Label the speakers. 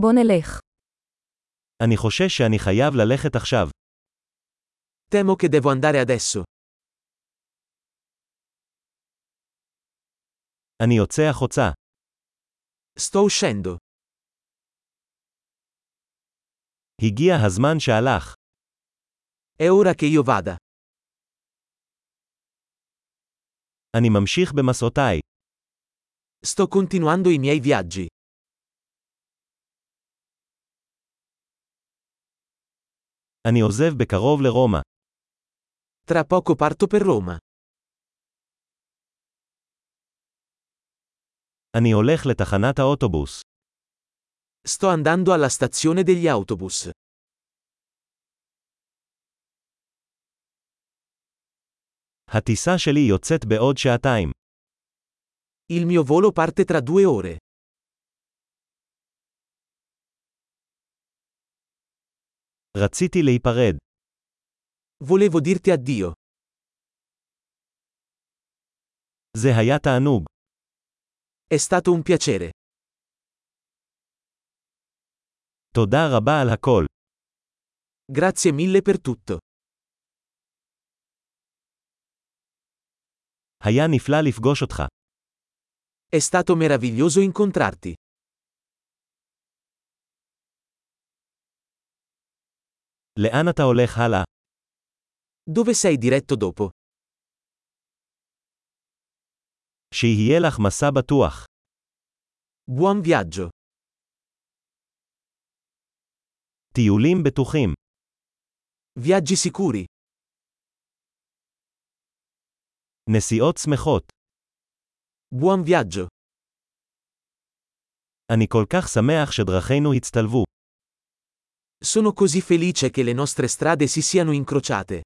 Speaker 1: בוא נלך.
Speaker 2: אני חושש שאני חייב ללכת עכשיו.
Speaker 3: Temo che devo andare adesso.
Speaker 2: אני יוצא החוצה.
Speaker 3: Sto uscendo.
Speaker 2: הגיע הזמן שהלך.
Speaker 3: È ora che io vada.
Speaker 2: אני ממשיך במסעותיי.
Speaker 3: Sto continuando i miei viaggi.
Speaker 2: אני עוזב בקרוב לרומא.
Speaker 3: Tra poco parto per Roma.
Speaker 2: אני הולך לתחנת האוטובוס.
Speaker 3: Sto andando alla stazione degli autobus.
Speaker 2: הטיסה שלי יוצאת בעוד שעתיים.
Speaker 3: Il mio volo parte tra due ore.
Speaker 2: רציתי להיפרד.
Speaker 3: Volevo dirti addio.
Speaker 2: זה היה תענוג.
Speaker 3: È stato un piacere.
Speaker 2: תודה רבה על הכל.
Speaker 3: Grazie mille per tutto.
Speaker 2: היה נפלא לפגוש אותך.
Speaker 3: È stato meraviglioso incontrarti.
Speaker 2: לאן אתה הולך הלאה?
Speaker 3: Dove sei diretto dopo?
Speaker 2: שיהיה לך מסע בטוח.
Speaker 3: Buon viaggio.
Speaker 2: טיולים בטוחים.
Speaker 3: Viaggi sicuri.
Speaker 2: נסיעות שמחות.
Speaker 3: Buon viaggio.
Speaker 2: אני כל כך שמח שדרכינו הצטלבו.
Speaker 3: Sono così felice che le nostre strade si siano incrociate.